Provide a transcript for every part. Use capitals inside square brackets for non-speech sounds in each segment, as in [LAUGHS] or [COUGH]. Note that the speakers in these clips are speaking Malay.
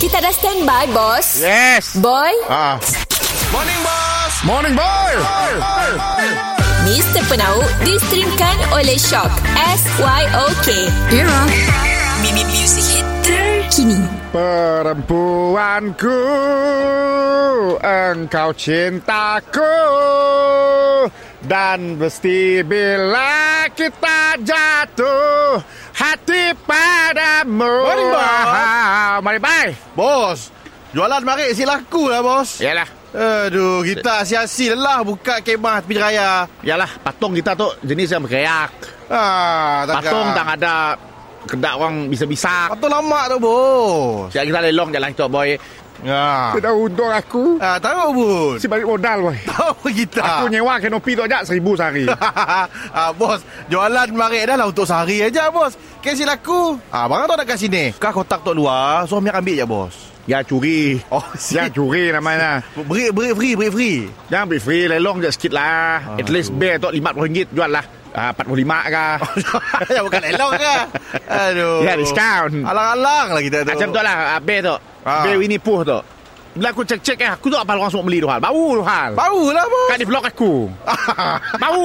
Kita dah standby, bos. Yes. Boy, Ah. Morning Boss Morning boy. Mr. Penau distrimkan oleh Shock. S-Y-O-K. Era. Mimi Music Hit terkini. Perempuanku, engkau cintaku dan mesti bila kita jatuh hati padamu. Morning, boss. Ah, Morning boy. Bos Jualan marik si laku lah bos Yalah. Aduh Kita asyasi lah Buka kemah tepi raya Yalah, patung kita tu jenis yang berkerak. ah, takkan. Patung tak ada kedak orang bisa-bisa. Patung lama tu bos Siap kita lelong jalan tu boy. ah. Kita untung aku ah, Tahu pun si balik modal boy. Tahu kita Aku [LAUGHS] nyewa kenopi tu aja seribu sehari. ah, bos, jualan marik dah lah untuk sehari aja bos. Kasi laku. Ah, barang tu nak kat sini. Kau kotak tu luar, suami ambil je bos. Ya curi. [LAUGHS] Oh, Jangan curi namanya. Beri, beri free, beri [LAUGHS] free. Jangan beli free lelong je sikit lah. At least bear tu RM50 jual lah. Ah, RM45 kah. ya bukan elok ke? Aduh. Ya, discount. Alang-alang lah kita tu. Macam tu lah ah, bear tu. Ah. Bear Winnie Pooh tu. Bila aku cek-cek eh, aku tak apa orang semua beli tu hal. Bau tu hal. Bau lah bos. [LAUGHS] Kat di blok aku. Bau.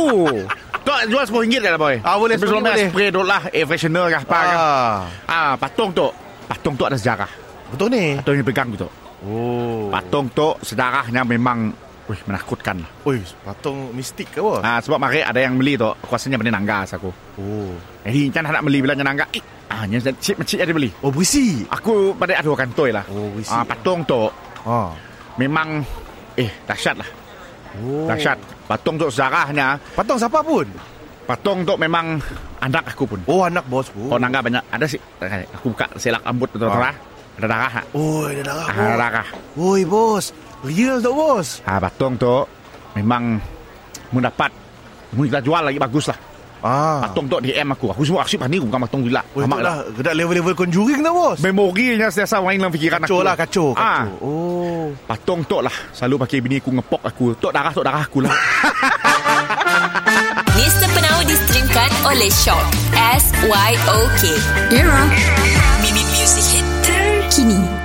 Kau jual RM10 dah lah boy. Ah, boleh, Sebelum RM10 ni boleh. spray dot lah. Air freshener kah apa kah. Ah. Ah, patung tu. Patung tu ada sejarah. Betul ni. Patung yang pegang tu. Oh. Patung tu sejarahnya memang Wih, menakutkan lah. Oi, patung mistik ke bos? Ah, sebab mari ada yang beli tu. Kuasanya benda nanggas aku. Oh. Jadi Incan nak beli bila nyenangga. Eh, ah, yang cip-cip dia beli. Oh, berisi. Aku pada aduh kantoi lah. Oh, berisi. ah, patung tu Ah. memang eh dahsyat lah. Oh. Oh. Dahsyat. Patung tu sejarahnya, Patung siapa pun? patung tu memang anak aku pun. Oh, anak bos pun. Oh, nangga banyak. Ada sih. Aku buka selak rambut tu terah. Ada darah. tak? Oh, ada darah. Ah, bos. ada darah. Oi, bos. Real tak bos? Ah, patung tu memang mendapat Mungkin kita jual lagi bagus lah Ah. Patung tu DM aku Aku semua asyik pandai Bukan patung gila Oh, Amak itu lah. Kedak level-level conjuring dah bos. Memorinya sentiasa main dalam fikiran aku Kacau lah, kacau. Ah. Kacau. Oh. Patung tok lah Selalu pakai bini aku ngepok aku Tok darah tok darah aku lah Mr. Penau distrimkan oleh Shock. S-Y-O-K. Era. Mimi Music Hit terkini.